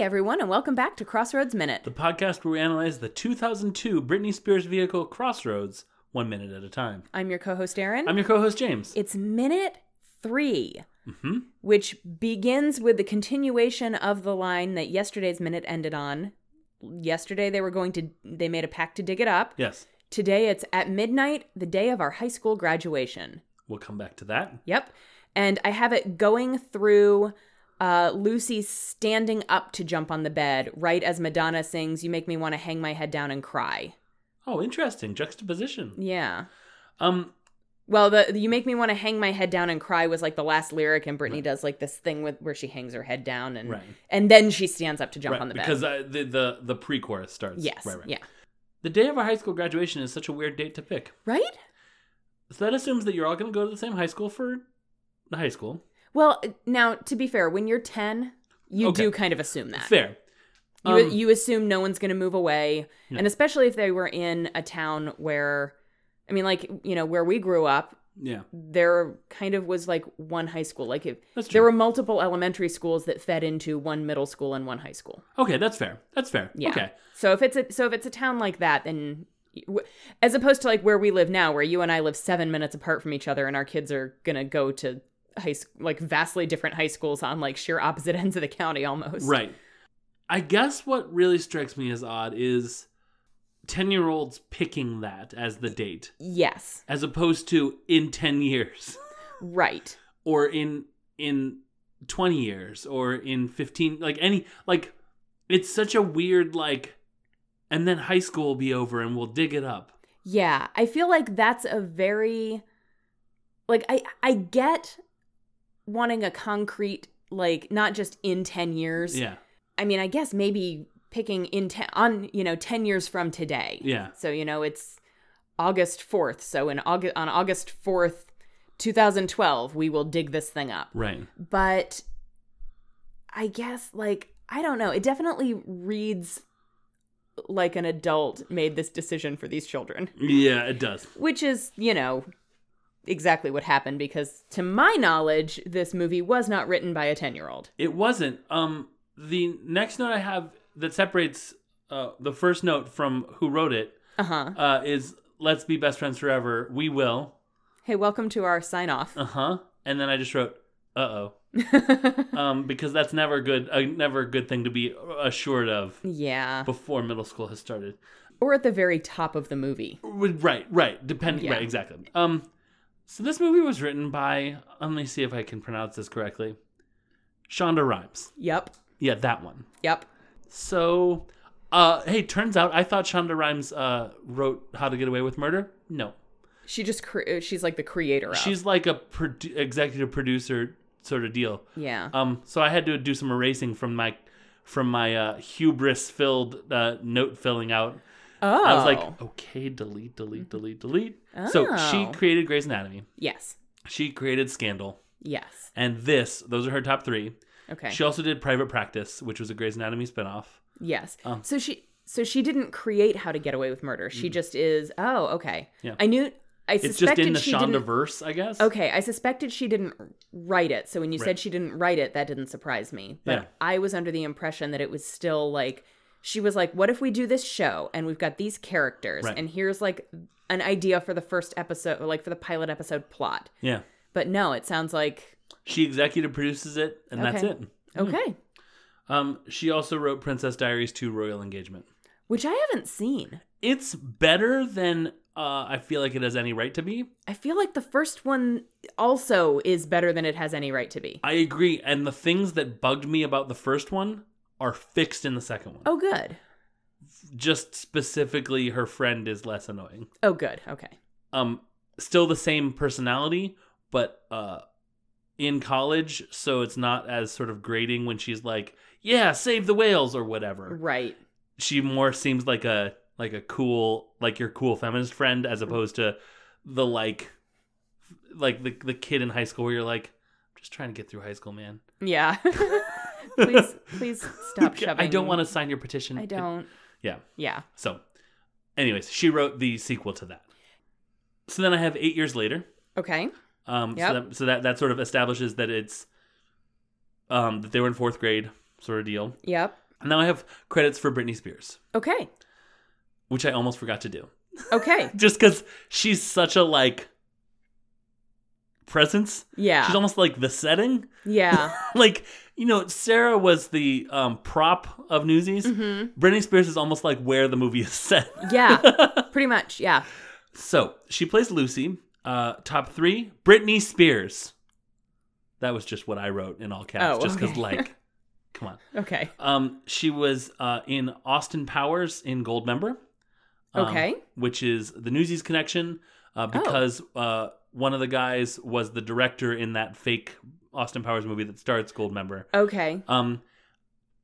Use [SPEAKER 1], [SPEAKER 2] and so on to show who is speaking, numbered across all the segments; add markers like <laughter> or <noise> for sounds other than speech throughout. [SPEAKER 1] everyone, and welcome back to Crossroads Minute.
[SPEAKER 2] the podcast where we analyze the 2002 Britney Spears vehicle Crossroads one minute at a time.
[SPEAKER 1] I'm your co host, Erin.
[SPEAKER 2] I'm your co host, James.
[SPEAKER 1] It's minute 3
[SPEAKER 2] Mhm.
[SPEAKER 1] which begins with the continuation of the line that yesterday's minute ended on. Yesterday, they were going to, they made a pact to dig it up.
[SPEAKER 2] yes,
[SPEAKER 1] Today, it's at midnight, the day of our high school graduation.
[SPEAKER 2] we'll come back to that.
[SPEAKER 1] Yep. And I have it going through uh, Lucy standing up to jump on the bed, right as Madonna sings, You Make Me Want to Hang My Head Down and Cry.
[SPEAKER 2] Oh, interesting juxtaposition.
[SPEAKER 1] Yeah.
[SPEAKER 2] Um,
[SPEAKER 1] Well, the, the "You Make Me Want to Hang My Head Down and Cry" was like the last lyric, and Britney does like this thing with where she hangs her head down and
[SPEAKER 2] right,
[SPEAKER 1] and then she stands up to jump
[SPEAKER 2] right,
[SPEAKER 1] on the bed.
[SPEAKER 2] because uh, the the the pre-chorus starts.
[SPEAKER 1] yes,
[SPEAKER 2] right, right.
[SPEAKER 1] yeah,
[SPEAKER 2] The day of our high school graduation is such a weird date to pick.
[SPEAKER 1] right.
[SPEAKER 2] So that assumes that you're all going to go to the same high school for the high school.
[SPEAKER 1] Well, uh, now to be fair, when you're ten, you
[SPEAKER 2] Okay.
[SPEAKER 1] do kind of assume that
[SPEAKER 2] Fair.
[SPEAKER 1] you
[SPEAKER 2] Um,
[SPEAKER 1] you assume no one's going to move away,
[SPEAKER 2] No.
[SPEAKER 1] and especially if they were in a town where, I mean, like you know where we grew up,
[SPEAKER 2] yeah,
[SPEAKER 1] there kind of was like one high school. Like if
[SPEAKER 2] that's true.
[SPEAKER 1] there were multiple elementary schools that fed into one middle school and one high school.
[SPEAKER 2] Okay, that's fair. That's fair.
[SPEAKER 1] Yeah.
[SPEAKER 2] Okay.
[SPEAKER 1] So if it's a so if it's a town like that, then as opposed to like where we live now, where you and I live seven minutes apart from each other, and our kids are gonna go to high sch- like vastly different high schools on like sheer opposite <laughs> ends of the county almost.
[SPEAKER 2] Right. I guess what really strikes me as odd is 10 year olds picking that as the date,
[SPEAKER 1] Yes.
[SPEAKER 2] as opposed to in 10 years <laughs>
[SPEAKER 1] Right.
[SPEAKER 2] or in, in 20 years or in 15, like any, like it's such a weird, like, and then high school will be over and we'll dig it up.
[SPEAKER 1] Yeah. I feel like that's a very like I I get wanting a concrete like not just in ten years.
[SPEAKER 2] Yeah.
[SPEAKER 1] I mean, I guess maybe picking in ten on you know ten years from today.
[SPEAKER 2] Yeah.
[SPEAKER 1] So you know it's August fourth. So in August on August fourth, two thousand twelve, we will dig this thing up.
[SPEAKER 2] Right.
[SPEAKER 1] But I guess like I don't know. It definitely reads like an adult made this decision for these children,
[SPEAKER 2] Yeah, it does.
[SPEAKER 1] which is you know exactly what happened because to my knowledge, this movie was not written by a ten year old.
[SPEAKER 2] It wasn't. Um, the next note I have that separates uh, the first note from who wrote it
[SPEAKER 1] Uh huh.
[SPEAKER 2] uh, is let's be best friends forever. We will.
[SPEAKER 1] Hey, welcome to our sign off.
[SPEAKER 2] Uh huh. And then I just wrote, uh oh, um, because that's never good. Uh, never a good thing to be assured of
[SPEAKER 1] yeah.
[SPEAKER 2] before middle school has started.
[SPEAKER 1] Or at the very top of the movie.
[SPEAKER 2] Right, right. Depending.
[SPEAKER 1] Yeah.
[SPEAKER 2] Right, exactly. Um, so this movie was written by. Let me see if I can pronounce this correctly. Shonda Rhimes.
[SPEAKER 1] Yep.
[SPEAKER 2] Yeah, that one.
[SPEAKER 1] Yep.
[SPEAKER 2] So, uh, hey, turns out I thought Shonda Rhimes uh, wrote How to Get Away with Murder. No,
[SPEAKER 1] She just cre- uh, she's like the creator of.
[SPEAKER 2] she's like a produ- executive producer sort of deal.
[SPEAKER 1] yeah.
[SPEAKER 2] Um, so I had to do some erasing from my from my uh, hubris-filled uh, note filling out.
[SPEAKER 1] oh.
[SPEAKER 2] I was like, okay, delete, delete, delete, delete. So she
[SPEAKER 1] Oh.
[SPEAKER 2] created Grey's Anatomy.
[SPEAKER 1] yes.
[SPEAKER 2] She created Scandal,
[SPEAKER 1] Yes.
[SPEAKER 2] and this. Those are her top three.
[SPEAKER 1] Okay.
[SPEAKER 2] She also did Private Practice, which was a Grey's Anatomy spinoff.
[SPEAKER 1] yes.
[SPEAKER 2] um,
[SPEAKER 1] so she so she didn't create How to Get Away with Murder. She just is Oh, okay.
[SPEAKER 2] Yeah.
[SPEAKER 1] I knew I
[SPEAKER 2] It's just
[SPEAKER 1] suspected
[SPEAKER 2] in the
[SPEAKER 1] she
[SPEAKER 2] Shonda
[SPEAKER 1] didn't
[SPEAKER 2] verse, I guess.
[SPEAKER 1] Okay, I suspected she didn't write it. So when you
[SPEAKER 2] Right.
[SPEAKER 1] said she didn't write it, that didn't surprise me. But
[SPEAKER 2] Yeah.
[SPEAKER 1] I was under the impression that it was still like she was like, "What if we do this show and we've got these characters
[SPEAKER 2] Right.
[SPEAKER 1] and here's like an idea for the first episode, or like for the pilot episode plot."
[SPEAKER 2] Yeah.
[SPEAKER 1] But no, it sounds like
[SPEAKER 2] She executive produces it, and that's
[SPEAKER 1] Okay.
[SPEAKER 2] it.
[SPEAKER 1] okay,
[SPEAKER 2] Um, she also wrote Princess Diaries 2 Royal Engagement.
[SPEAKER 1] which I haven't seen.
[SPEAKER 2] It's better than uh, I feel like it has any right to be.
[SPEAKER 1] I feel like the first one also is better than it has any right to be.
[SPEAKER 2] I agree. And the things that bugged me about the first one are fixed in the second one.
[SPEAKER 1] Oh, good.
[SPEAKER 2] Just specifically, her friend is less annoying.
[SPEAKER 1] Oh, good. Okay.
[SPEAKER 2] Um, still the same personality, but uh, in college, so it's not as sort of grating when she's like, "Yeah, save the whales" or whatever.
[SPEAKER 1] Right.
[SPEAKER 2] she more seems like a like a cool like your cool feminist friend as opposed to the like like the the kid in high school where you're like I'm just trying to get through high school, man.
[SPEAKER 1] Yeah. <laughs> please, please stop shoving.
[SPEAKER 2] <laughs> I don't want to sign your petition.
[SPEAKER 1] I don't.
[SPEAKER 2] Yeah.
[SPEAKER 1] Yeah.
[SPEAKER 2] So, anyways, she wrote the sequel to that. So then I have eight years later.
[SPEAKER 1] Okay.
[SPEAKER 2] Um, so,
[SPEAKER 1] Yep.
[SPEAKER 2] that, so that that sort of establishes that it's um that they were in fourth grade sort of deal.
[SPEAKER 1] Yep.
[SPEAKER 2] Now I have credits for Britney Spears,
[SPEAKER 1] Okay.
[SPEAKER 2] which I almost forgot to do.
[SPEAKER 1] Okay.
[SPEAKER 2] <laughs> Just because she's such a like presence.
[SPEAKER 1] Yeah.
[SPEAKER 2] She's almost like the setting. <laughs>
[SPEAKER 1] yeah.
[SPEAKER 2] Like, you know, Sarah was the um, prop of Newsies.
[SPEAKER 1] hmm
[SPEAKER 2] Britney Spears is almost like where the movie is <laughs> set.
[SPEAKER 1] Yeah. Pretty much. Yeah.
[SPEAKER 2] So she plays Lucy. Uh, top three, Britney Spears. That was just what I wrote in all caps,
[SPEAKER 1] Oh,
[SPEAKER 2] just because,
[SPEAKER 1] okay.
[SPEAKER 2] like,
[SPEAKER 1] <laughs>
[SPEAKER 2] come on.
[SPEAKER 1] Okay.
[SPEAKER 2] Um, she was uh, in Austin Powers in Goldmember. um,
[SPEAKER 1] Okay.
[SPEAKER 2] Which is the Newsies connection,
[SPEAKER 1] Oh.
[SPEAKER 2] uh, because uh, one of the guys was the director in that fake Austin Powers movie that starts Goldmember.
[SPEAKER 1] Okay.
[SPEAKER 2] Um,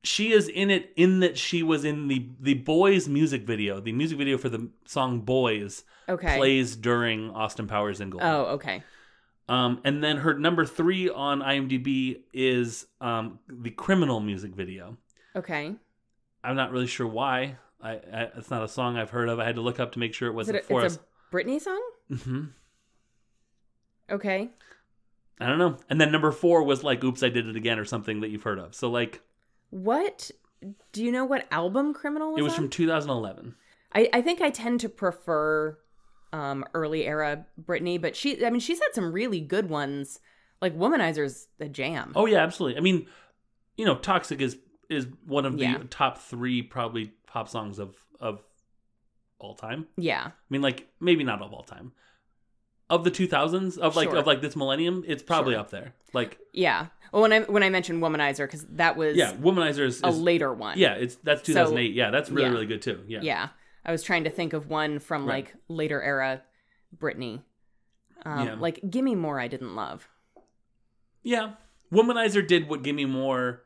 [SPEAKER 2] she is in it in that she was in the the Boys music video. The music video for the song Boys
[SPEAKER 1] Okay.
[SPEAKER 2] plays during Austin Powers in Gold.
[SPEAKER 1] Oh, okay.
[SPEAKER 2] Um, and then her number three on IMDb is um, the Criminal music video.
[SPEAKER 1] Okay.
[SPEAKER 2] I'm not really sure why. I, I it's not a song I've heard of. I had to look up to make sure it
[SPEAKER 1] Is it
[SPEAKER 2] wasn't
[SPEAKER 1] a,
[SPEAKER 2] for
[SPEAKER 1] it's
[SPEAKER 2] us.
[SPEAKER 1] a Britney song?
[SPEAKER 2] hmm
[SPEAKER 1] Okay.
[SPEAKER 2] I don't know. And then number four was like "Oops, I Did It Again" or something that you've heard of. So like
[SPEAKER 1] What do you know what album Criminal was
[SPEAKER 2] it was
[SPEAKER 1] on?
[SPEAKER 2] from 2011.
[SPEAKER 1] I, I think I tend to prefer um early era Britney, but she I mean she's had some really good ones. Like Womanizer's a jam.
[SPEAKER 2] Oh yeah, absolutely. I mean, you know, Toxic is is one of the
[SPEAKER 1] Yeah.
[SPEAKER 2] top three probably pop songs of of all time.
[SPEAKER 1] Yeah.
[SPEAKER 2] I mean, like maybe not of all time, of the two thousands of like
[SPEAKER 1] Sure.
[SPEAKER 2] of like this millennium, it's probably
[SPEAKER 1] Sure.
[SPEAKER 2] up there. Like
[SPEAKER 1] Yeah. Well when I when I mentioned Womanizer cuz that was
[SPEAKER 2] yeah, Womanizer is,
[SPEAKER 1] a
[SPEAKER 2] is-
[SPEAKER 1] later one.
[SPEAKER 2] yeah, it's that's
[SPEAKER 1] So-
[SPEAKER 2] two thousand eight. yeah, that's really
[SPEAKER 1] yeah.
[SPEAKER 2] really good too. Yeah,
[SPEAKER 1] yeah. I was trying to think of one from
[SPEAKER 2] Right.
[SPEAKER 1] like later era Britney. Um
[SPEAKER 2] Yeah.
[SPEAKER 1] like Gimme More I didn't love.
[SPEAKER 2] yeah. Womanizer did what Gimme More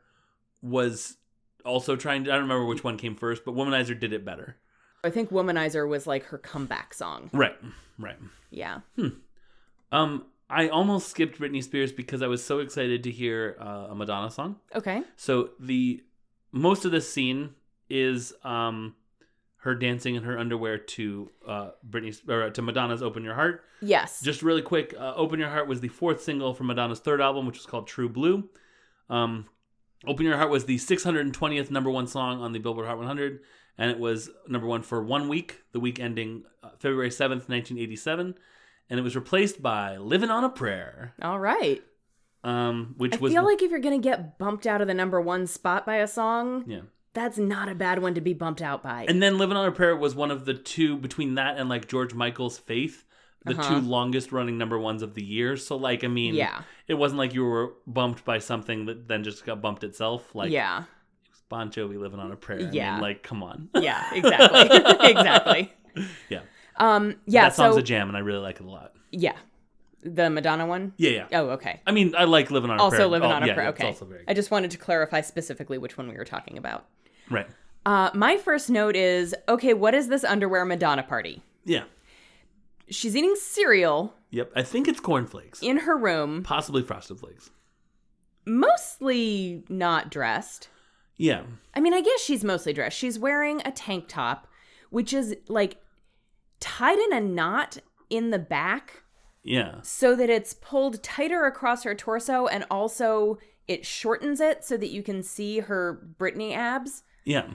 [SPEAKER 2] was also trying to. I don't remember which one came first, but Womanizer did it better.
[SPEAKER 1] I think Womanizer was like her comeback song.
[SPEAKER 2] Right, right.
[SPEAKER 1] Yeah.
[SPEAKER 2] Um, I almost skipped Britney Spears because I was so excited to hear uh, a Madonna song.
[SPEAKER 1] Okay.
[SPEAKER 2] So the most of this scene is um her dancing in her underwear to uh Britney or to Madonna's "Open Your Heart."
[SPEAKER 1] Yes.
[SPEAKER 2] Just really quick, uh, "Open Your Heart" was the fourth single from Madonna's third album, which was called "True Blue." Um, "Open Your Heart" was the 620th number one song on the Billboard Hot 100, and it was number one for one week, the week ending uh, February 7th, 1987, and it was replaced by "Living on a Prayer,"
[SPEAKER 1] All right.
[SPEAKER 2] um, which
[SPEAKER 1] I
[SPEAKER 2] was
[SPEAKER 1] feel like if you're gonna get bumped out of the number one spot by a song,
[SPEAKER 2] yeah.
[SPEAKER 1] that's not a bad one to be bumped out by.
[SPEAKER 2] And then Living on a Prayer was one of the two between that and like George Michael's Faith, the
[SPEAKER 1] Uh-huh.
[SPEAKER 2] two longest running number ones of the year. So like I mean,
[SPEAKER 1] yeah,
[SPEAKER 2] it wasn't like you were bumped by something that then just got bumped itself. Like <laughs>
[SPEAKER 1] yeah,
[SPEAKER 2] Bon Jovi Living on a Prayer. I mean,
[SPEAKER 1] Yeah.
[SPEAKER 2] like come on. <laughs>
[SPEAKER 1] yeah, exactly, <laughs> exactly.
[SPEAKER 2] Yeah.
[SPEAKER 1] Um. Yeah.
[SPEAKER 2] that song's
[SPEAKER 1] So
[SPEAKER 2] a jam, and I really like it a lot.
[SPEAKER 1] yeah, the Madonna one.
[SPEAKER 2] Yeah, yeah.
[SPEAKER 1] Oh, okay.
[SPEAKER 2] I mean, I like Living on a
[SPEAKER 1] Also
[SPEAKER 2] Prayer.
[SPEAKER 1] Living
[SPEAKER 2] Oh,
[SPEAKER 1] on a
[SPEAKER 2] yeah,
[SPEAKER 1] Prayer,
[SPEAKER 2] it's
[SPEAKER 1] okay.
[SPEAKER 2] also very
[SPEAKER 1] I
[SPEAKER 2] good.
[SPEAKER 1] just wanted to clarify specifically which one we were talking about.
[SPEAKER 2] right.
[SPEAKER 1] Uh, my first note is okay. What is this underwear Madonna party?
[SPEAKER 2] Yeah.
[SPEAKER 1] She's eating cereal
[SPEAKER 2] Yep. I think it's cornflakes,
[SPEAKER 1] in her room,
[SPEAKER 2] possibly frosted flakes.
[SPEAKER 1] mostly not dressed.
[SPEAKER 2] Yeah.
[SPEAKER 1] I mean, I guess she's mostly dressed. She's wearing a tank top, which is like tied in a knot in the back
[SPEAKER 2] Yeah.
[SPEAKER 1] so that it's pulled tighter across her torso and also it shortens it so that you can see her Britney abs.
[SPEAKER 2] Yeah.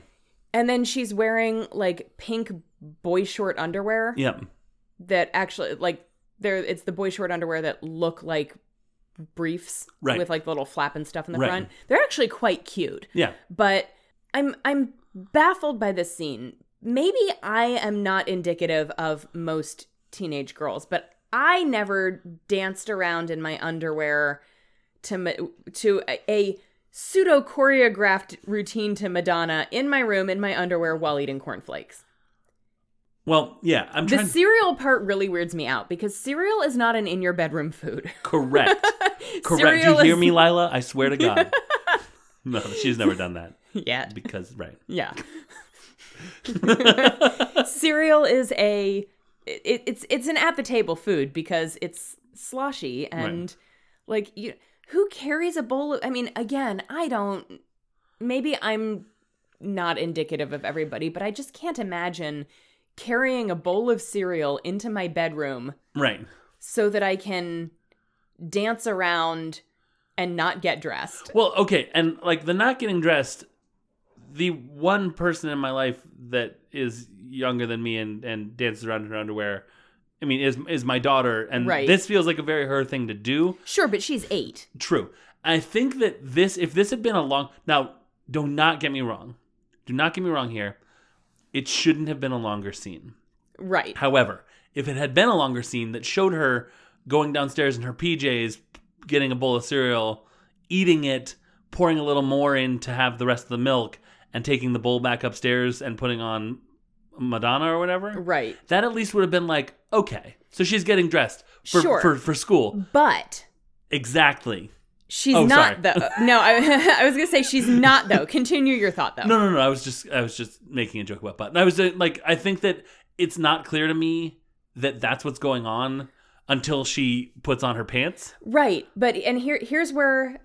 [SPEAKER 1] And then she's wearing like pink boy short underwear
[SPEAKER 2] Yeah.
[SPEAKER 1] that actually like there it's the boy short underwear that look like briefs
[SPEAKER 2] Right.
[SPEAKER 1] with like the little flap and stuff in the
[SPEAKER 2] Right.
[SPEAKER 1] front. They're actually quite cute
[SPEAKER 2] Yeah.
[SPEAKER 1] but I'm I'm baffled by this scene. Maybe I am not indicative of most teenage girls, but I never danced around in my underwear to ma- to a, a pseudo choreographed routine to Madonna in my room in my underwear while eating cornflakes.
[SPEAKER 2] Well, yeah. I'm
[SPEAKER 1] The
[SPEAKER 2] trying.
[SPEAKER 1] cereal part really weirds me out because cereal is not an in your bedroom food. <laughs>
[SPEAKER 2] Correct. Correct. Do
[SPEAKER 1] Cereal
[SPEAKER 2] you hear
[SPEAKER 1] is-
[SPEAKER 2] me, Lila? I swear to God.
[SPEAKER 1] <laughs>
[SPEAKER 2] <laughs> no, she's never done that
[SPEAKER 1] Yet.
[SPEAKER 2] because right.
[SPEAKER 3] <laughs>
[SPEAKER 1] Yeah. <laughs> Cereal is a it, it's it's an at the table food because it's sloshy and like you who carries a bowl of I mean again, I don't maybe I'm not indicative of everybody, but I just can't imagine carrying a bowl of cereal into my bedroom
[SPEAKER 2] Right.
[SPEAKER 1] so that I can dance around and not get dressed.
[SPEAKER 2] Well, okay, and like the not getting dressed the one person in my life that is younger than me and and dances around in her underwear. I mean, is is my daughter, and
[SPEAKER 1] Right.
[SPEAKER 2] this feels like a very her thing to do.
[SPEAKER 3] Sure, but she's eight.
[SPEAKER 2] True. I think that this, if this had been a long, now, do not get me wrong. Do not get me wrong here. It shouldn't have been a longer scene.
[SPEAKER 1] Right.
[SPEAKER 2] However, if it had been a longer scene that showed her going downstairs in her PJs, getting a bowl of cereal, eating it, pouring a little more in to have the rest of the milk, and taking the bowl back upstairs and putting on Madonna or whatever,
[SPEAKER 1] Right.
[SPEAKER 2] that at least would have been like, okay, so she's getting dressed for,
[SPEAKER 1] Sure.
[SPEAKER 2] for, for school.
[SPEAKER 1] But
[SPEAKER 2] Exactly.
[SPEAKER 1] she's
[SPEAKER 2] Oh,
[SPEAKER 1] not
[SPEAKER 2] sorry.
[SPEAKER 1] though. No, I, <laughs> I was gonna say she's not though. Continue your thought though.
[SPEAKER 2] No, no, no. I was just, I was just making a joke about butt. I was uh, like, I think that it's not clear to me that that's what's going on until she puts on her pants.
[SPEAKER 1] Right, but and here here's where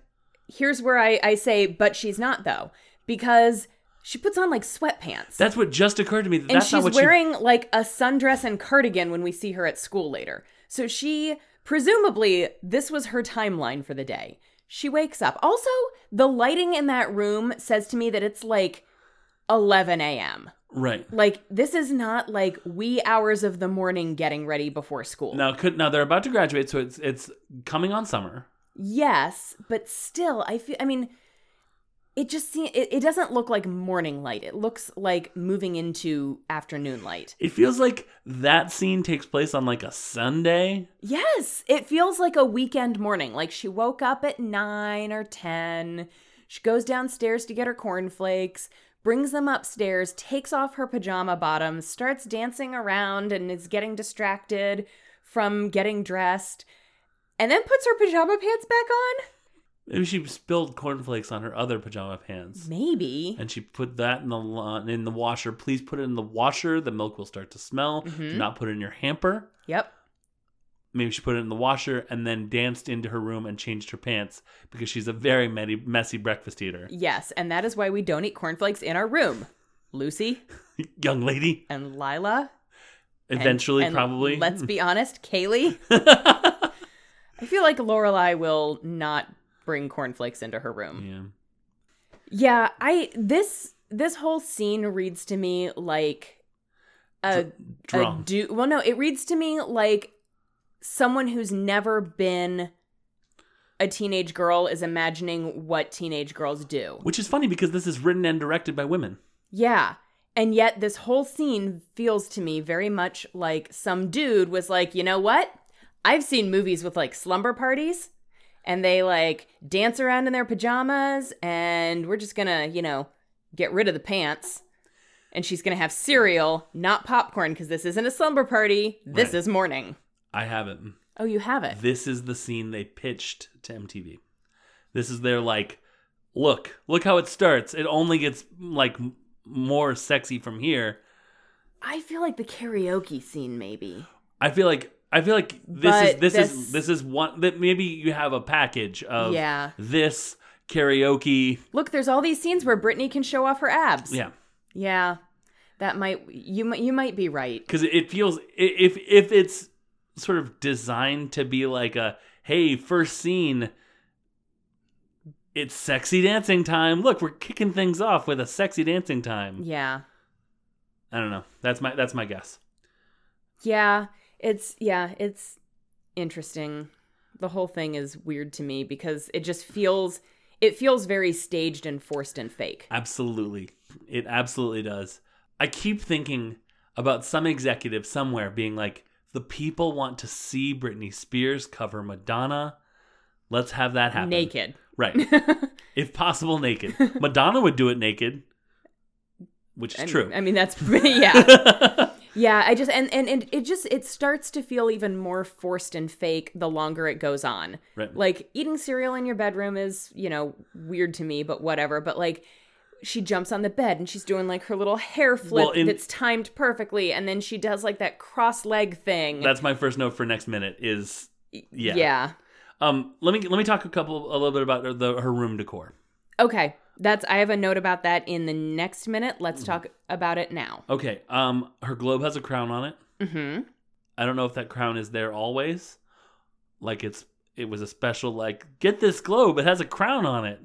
[SPEAKER 1] here's where I I say but she's not though because she puts on like sweatpants.
[SPEAKER 2] That's what just occurred to me. That
[SPEAKER 1] and
[SPEAKER 2] that's not
[SPEAKER 1] she's
[SPEAKER 2] what
[SPEAKER 1] wearing like a sundress and cardigan when we see her at school later. So she presumably this was her timeline for the day. She wakes up. Also, the lighting in that room says to me that it's like 11 a.m.
[SPEAKER 2] she right
[SPEAKER 1] Like this is not like wee hours of the morning getting ready before school.
[SPEAKER 2] now. Could now they're about to graduate, so it's it's coming on summer.
[SPEAKER 1] Yes, but still, I feel. I mean, it just seems it, it doesn't look like morning light. It looks like moving into afternoon light.
[SPEAKER 2] It feels like that scene takes place on like a Sunday.
[SPEAKER 1] Yes, it feels like a weekend morning. Like she woke up at nine or ten. She goes downstairs to get her cornflakes, brings them upstairs, takes off her pajama bottoms, starts dancing around, and is getting distracted from getting dressed, and then puts her pajama pants back on.
[SPEAKER 2] Maybe she spilled cornflakes on her other pajama pants,
[SPEAKER 1] Maybe.
[SPEAKER 2] and she put that in the lawn, in the washer. Please put it in the washer. The milk will start to smell. Do
[SPEAKER 1] Mhm.
[SPEAKER 2] not put it in your hamper.
[SPEAKER 1] Yep.
[SPEAKER 2] maybe she put it in the washer and then danced into her room and changed her pants because she's a very messy, messy breakfast eater.
[SPEAKER 1] Yes, and that is why we don't eat cornflakes in our room. Lucy
[SPEAKER 2] Young lady,
[SPEAKER 1] and Lila. and-
[SPEAKER 2] eventually,
[SPEAKER 1] and
[SPEAKER 2] probably. <laughs>
[SPEAKER 1] Let's be honest, Kaylee.
[SPEAKER 2] yeah.
[SPEAKER 1] I feel like Lorelai will not bring cornflakes into her room. Yeah, I this this whole scene reads to me like a a
[SPEAKER 2] Dr- drunk.
[SPEAKER 1] do well no, it reads to me like someone who's never been a teenage girl is imagining what teenage girls do.
[SPEAKER 2] Which is funny because this is written and directed by women.
[SPEAKER 1] Yeah. And yet, this whole scene feels to me very much like some dude was like, you know what? I've seen movies with like slumber parties and they like dance around in their pajamas and we're just gonna, you know, get rid of the pants. And she's gonna have cereal, not popcorn, because this isn't a slumber party. This
[SPEAKER 2] Right.
[SPEAKER 1] is morning.
[SPEAKER 2] I haven't.
[SPEAKER 1] Oh, you have it.
[SPEAKER 2] This is the scene they pitched to MTV. This is their like, look, look how it starts. It only gets like m- more sexy from here.
[SPEAKER 1] I feel like the karaoke scene, maybe.
[SPEAKER 2] I feel like I feel like this
[SPEAKER 1] But
[SPEAKER 2] is this,
[SPEAKER 1] this-
[SPEAKER 2] is this is one that maybe you have a package of
[SPEAKER 1] Yeah.
[SPEAKER 2] this karaoke.
[SPEAKER 1] Look, there's all these scenes where Brittany can show off her abs.
[SPEAKER 2] Yeah,
[SPEAKER 1] Yeah, that might you might you might be right.
[SPEAKER 2] because it feels i- if if it's sort of designed to be like a hey first scene, it's sexy dancing time. Look, we're kicking things off with a sexy dancing time.
[SPEAKER 1] Yeah,
[SPEAKER 2] I don't know. That's my that's my guess.
[SPEAKER 1] yeah, it's yeah, it's interesting. The whole thing is weird to me because it just feels it feels very staged and forced and fake.
[SPEAKER 2] Absolutely, it absolutely does. I keep thinking about some executive somewhere being like, the people want to see Britney Spears cover Madonna. Let's have that happen.
[SPEAKER 1] Naked. <laughs>
[SPEAKER 2] Right. if possible, naked. Madonna would do it naked, which is
[SPEAKER 1] And-
[SPEAKER 2] true. <laughs>
[SPEAKER 1] I mean that's <laughs> yeah. Yeah, I just and, and and it just it starts to feel even more forced and fake the longer it goes on.
[SPEAKER 2] Right.
[SPEAKER 1] Like eating cereal in your bedroom is, you know, weird to me, but whatever. But like she jumps on the bed and she's doing like her little hair flip
[SPEAKER 2] Well, in-
[SPEAKER 1] that's timed perfectly and then she does like that cross leg thing.
[SPEAKER 2] That's my first note for next minute. Is yeah.
[SPEAKER 1] Yeah.
[SPEAKER 2] um. Let me let me talk a couple a little bit about the her room decor.
[SPEAKER 1] Okay. That's I have a note about that in the next minute. Let's
[SPEAKER 2] Mm-hmm.
[SPEAKER 1] talk about it now.
[SPEAKER 2] Okay. Um. Her globe has a crown on it.
[SPEAKER 1] Mhm.
[SPEAKER 2] I don't know if that crown is there always.
[SPEAKER 1] <laughs>
[SPEAKER 2] Like it's it was a special like get this globe. It has a crown on it.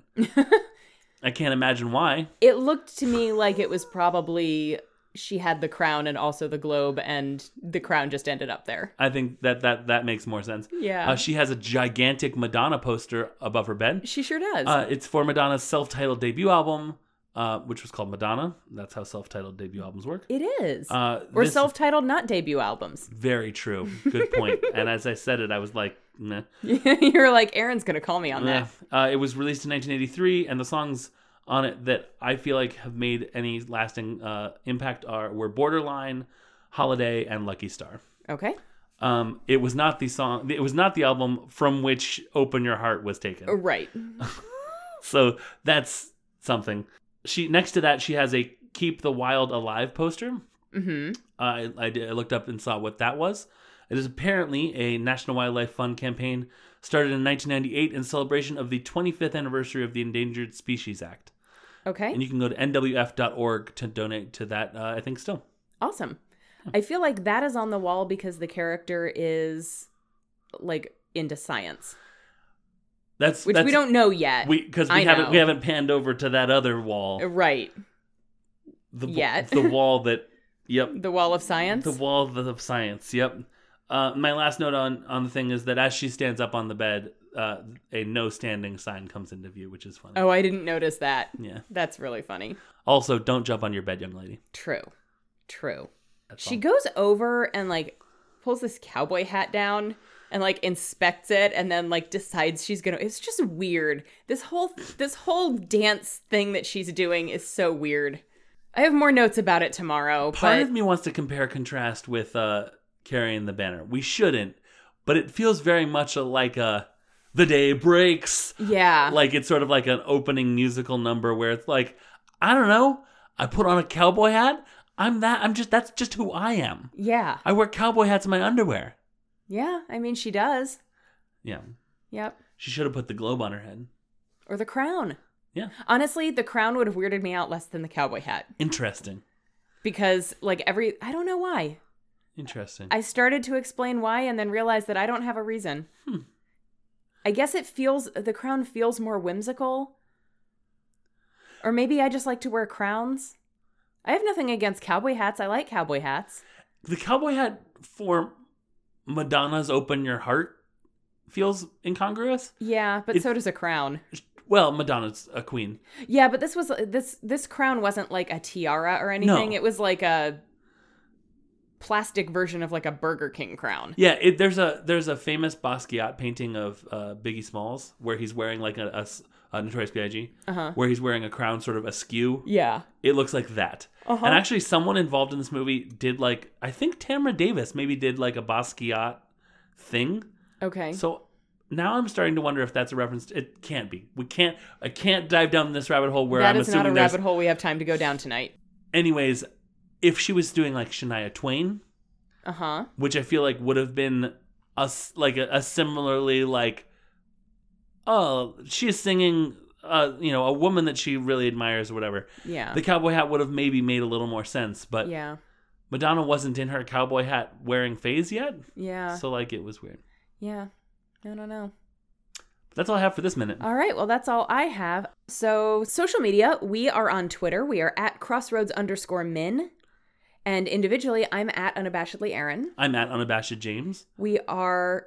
[SPEAKER 2] I can't imagine why.
[SPEAKER 1] It looked to me like it was probably she had the crown and also the globe, and the crown just ended up there.
[SPEAKER 2] I think that that that makes more sense.
[SPEAKER 1] Yeah.
[SPEAKER 2] Uh, she has a gigantic Madonna poster above her bed.
[SPEAKER 1] she sure does.
[SPEAKER 2] Uh, it's for Madonna's self-titled debut album, uh, which was called Madonna. That's how self-titled debut albums work.
[SPEAKER 1] it is.
[SPEAKER 2] Uh,
[SPEAKER 1] or
[SPEAKER 2] this-
[SPEAKER 1] self titled, not debut albums. <laughs>
[SPEAKER 2] Very true. Good point. and as I said it, I was like, nah.
[SPEAKER 1] You're like, Aaron's going to call me on
[SPEAKER 2] Yeah.
[SPEAKER 1] that.
[SPEAKER 2] Uh, it was released in 1983, and the songs on it that I feel like have made any lasting uh, impact are were "Borderline," "Holiday," and "Lucky Star."
[SPEAKER 1] Okay.
[SPEAKER 2] Um, it was not the song. It was not the album from which "Open Your Heart" was taken.
[SPEAKER 1] Oh, Right.
[SPEAKER 2] So that's something. She next to that, she has a "Keep the Wild Alive" poster.
[SPEAKER 1] hmm
[SPEAKER 2] I, I, did, I looked up and saw what that was. It is apparently a National Wildlife Fund campaign started in 1998 in celebration of the 25th anniversary of the Endangered Species Act.
[SPEAKER 1] Okay.
[SPEAKER 2] And you can go to nwf.org to donate to that, uh, I think, still.
[SPEAKER 1] Awesome. I feel like that is on the wall because the character is like into science,
[SPEAKER 2] That's
[SPEAKER 1] which we don't know yet.
[SPEAKER 2] Because we,
[SPEAKER 1] I
[SPEAKER 2] haven't,
[SPEAKER 1] know.
[SPEAKER 2] we haven't panned over to that other wall.
[SPEAKER 1] right.
[SPEAKER 2] The, w-
[SPEAKER 1] yet.
[SPEAKER 2] the wall that, yep.
[SPEAKER 1] The wall of science.
[SPEAKER 2] The wall of the science. Yep. Uh, my last note on, on the thing is that as she stands up on the bed, uh, a no standing sign comes into view, which is funny.
[SPEAKER 1] oh, I didn't notice that.
[SPEAKER 2] Yeah.
[SPEAKER 1] That's really funny.
[SPEAKER 2] Also, don't jump on your bed, young lady.
[SPEAKER 1] True. True.
[SPEAKER 2] That's
[SPEAKER 1] She
[SPEAKER 2] all.
[SPEAKER 1] goes over and like pulls this cowboy hat down and like inspects it and then like decides she's going to It's just weird. This whole this whole dance thing that she's doing is so weird. I have more notes about it tomorrow,
[SPEAKER 2] Part
[SPEAKER 1] but
[SPEAKER 2] of me wants to compare contrast with uh, carrying the banner. We shouldn't, but it feels very much like a the day breaks.
[SPEAKER 1] yeah.
[SPEAKER 2] Like it's sort of like an opening musical number where it's like, I don't know. I put on a cowboy hat. I'm that. I'm just. That's just who I am.
[SPEAKER 1] yeah.
[SPEAKER 2] I wear cowboy hats in my underwear.
[SPEAKER 1] Yeah, I mean she does.
[SPEAKER 2] Yeah.
[SPEAKER 1] Yep.
[SPEAKER 2] She should have put the globe on her head.
[SPEAKER 1] Or the crown.
[SPEAKER 2] Yeah.
[SPEAKER 1] Honestly, the crown would have weirded me out less than the cowboy hat
[SPEAKER 2] Interesting.
[SPEAKER 1] because like every I don't know why.
[SPEAKER 2] Interesting.
[SPEAKER 1] I started to explain why and then realized that I don't have a reason.
[SPEAKER 2] Hmm.
[SPEAKER 1] I guess it feels the crown feels more whimsical. Or maybe I just like to wear crowns. I have nothing against cowboy hats. I like cowboy hats.
[SPEAKER 2] the cowboy hat for Madonna's "Open Your Heart" feels incongruous.
[SPEAKER 1] Yeah, but
[SPEAKER 2] It-
[SPEAKER 1] so does a crown.
[SPEAKER 2] Well, Madonna's a queen.
[SPEAKER 1] Yeah, but this was this this crown wasn't like a tiara or anything. It was like a plastic version of like a Burger King crown.
[SPEAKER 2] Yeah, it, there's a there's a famous Basquiat painting of uh, Biggie Smalls where he's wearing like a, a s- a Notorious B.I.G.
[SPEAKER 1] Uh-huh.
[SPEAKER 2] where he's wearing a crown sort of askew.
[SPEAKER 1] Yeah.
[SPEAKER 2] It looks like that.
[SPEAKER 1] Uh-huh.
[SPEAKER 2] And actually, someone involved in this movie did like I think Tamra Davis maybe did like a Basquiat thing.
[SPEAKER 1] Okay.
[SPEAKER 2] So now I'm starting to wonder if that's a reference. It can't be. We can't. I can't dive down this rabbit hole where
[SPEAKER 1] that
[SPEAKER 2] I'm
[SPEAKER 1] is not
[SPEAKER 2] assuming
[SPEAKER 1] a
[SPEAKER 2] there's
[SPEAKER 1] rabbit hole we have time to go down tonight.
[SPEAKER 2] anyways, if she was doing like Shania Twain,
[SPEAKER 1] Uh-huh.
[SPEAKER 2] which I feel like would have been a s- like a, a similarly like, oh, she is singing, uh, you know, a woman that she really admires or whatever.
[SPEAKER 1] Yeah.
[SPEAKER 2] The cowboy hat would have maybe made a little more sense, but
[SPEAKER 1] yeah.
[SPEAKER 2] Madonna wasn't in her cowboy hat wearing phase yet,
[SPEAKER 1] Yeah.
[SPEAKER 2] so like it was weird.
[SPEAKER 1] yeah. I don't know.
[SPEAKER 2] That's all I have for this minute.
[SPEAKER 1] All right. Well, that's all I have. So, social media, we are on Twitter. We are at crossroads underscore min. And individually, I'm at unabashedly Aaron.
[SPEAKER 2] I'm at unabashed James.
[SPEAKER 1] We are,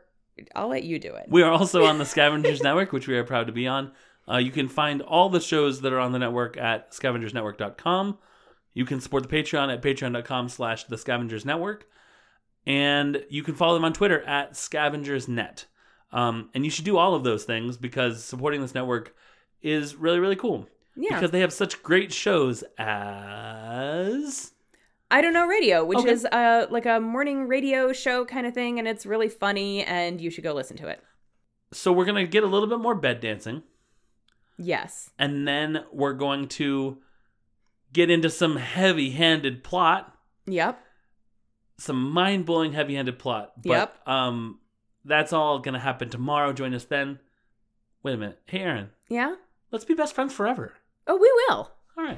[SPEAKER 1] I'll let you do it.
[SPEAKER 2] We are also on the Scavengers Network, which we are proud to be on. Uh, you can find all the shows that are on the network at scavengersnetwork.com. You can support the Patreon at patreon.com slash the scavengers network. And you can follow them on Twitter at scavengersnet. Um, and you should do all of those things because supporting this network is really, really cool.
[SPEAKER 1] yeah.
[SPEAKER 2] Because they have such great shows as.
[SPEAKER 1] I don't know radio, which
[SPEAKER 2] Okay.
[SPEAKER 1] is uh like a morning radio show kind of thing, and it's really funny, and you should go listen to it.
[SPEAKER 2] So we're going to get a little bit more bed dancing.
[SPEAKER 1] Yes,
[SPEAKER 2] and then we're going to get into some heavy-handed plot,
[SPEAKER 1] yep,
[SPEAKER 2] some mind-blowing heavy-handed plot. But,
[SPEAKER 1] Yep.
[SPEAKER 2] Um, that's all going to happen tomorrow. Join us then. Wait a minute. Hey, Aaron,
[SPEAKER 1] yeah.
[SPEAKER 2] let's be best friends forever.
[SPEAKER 1] Oh, we will.
[SPEAKER 2] All right.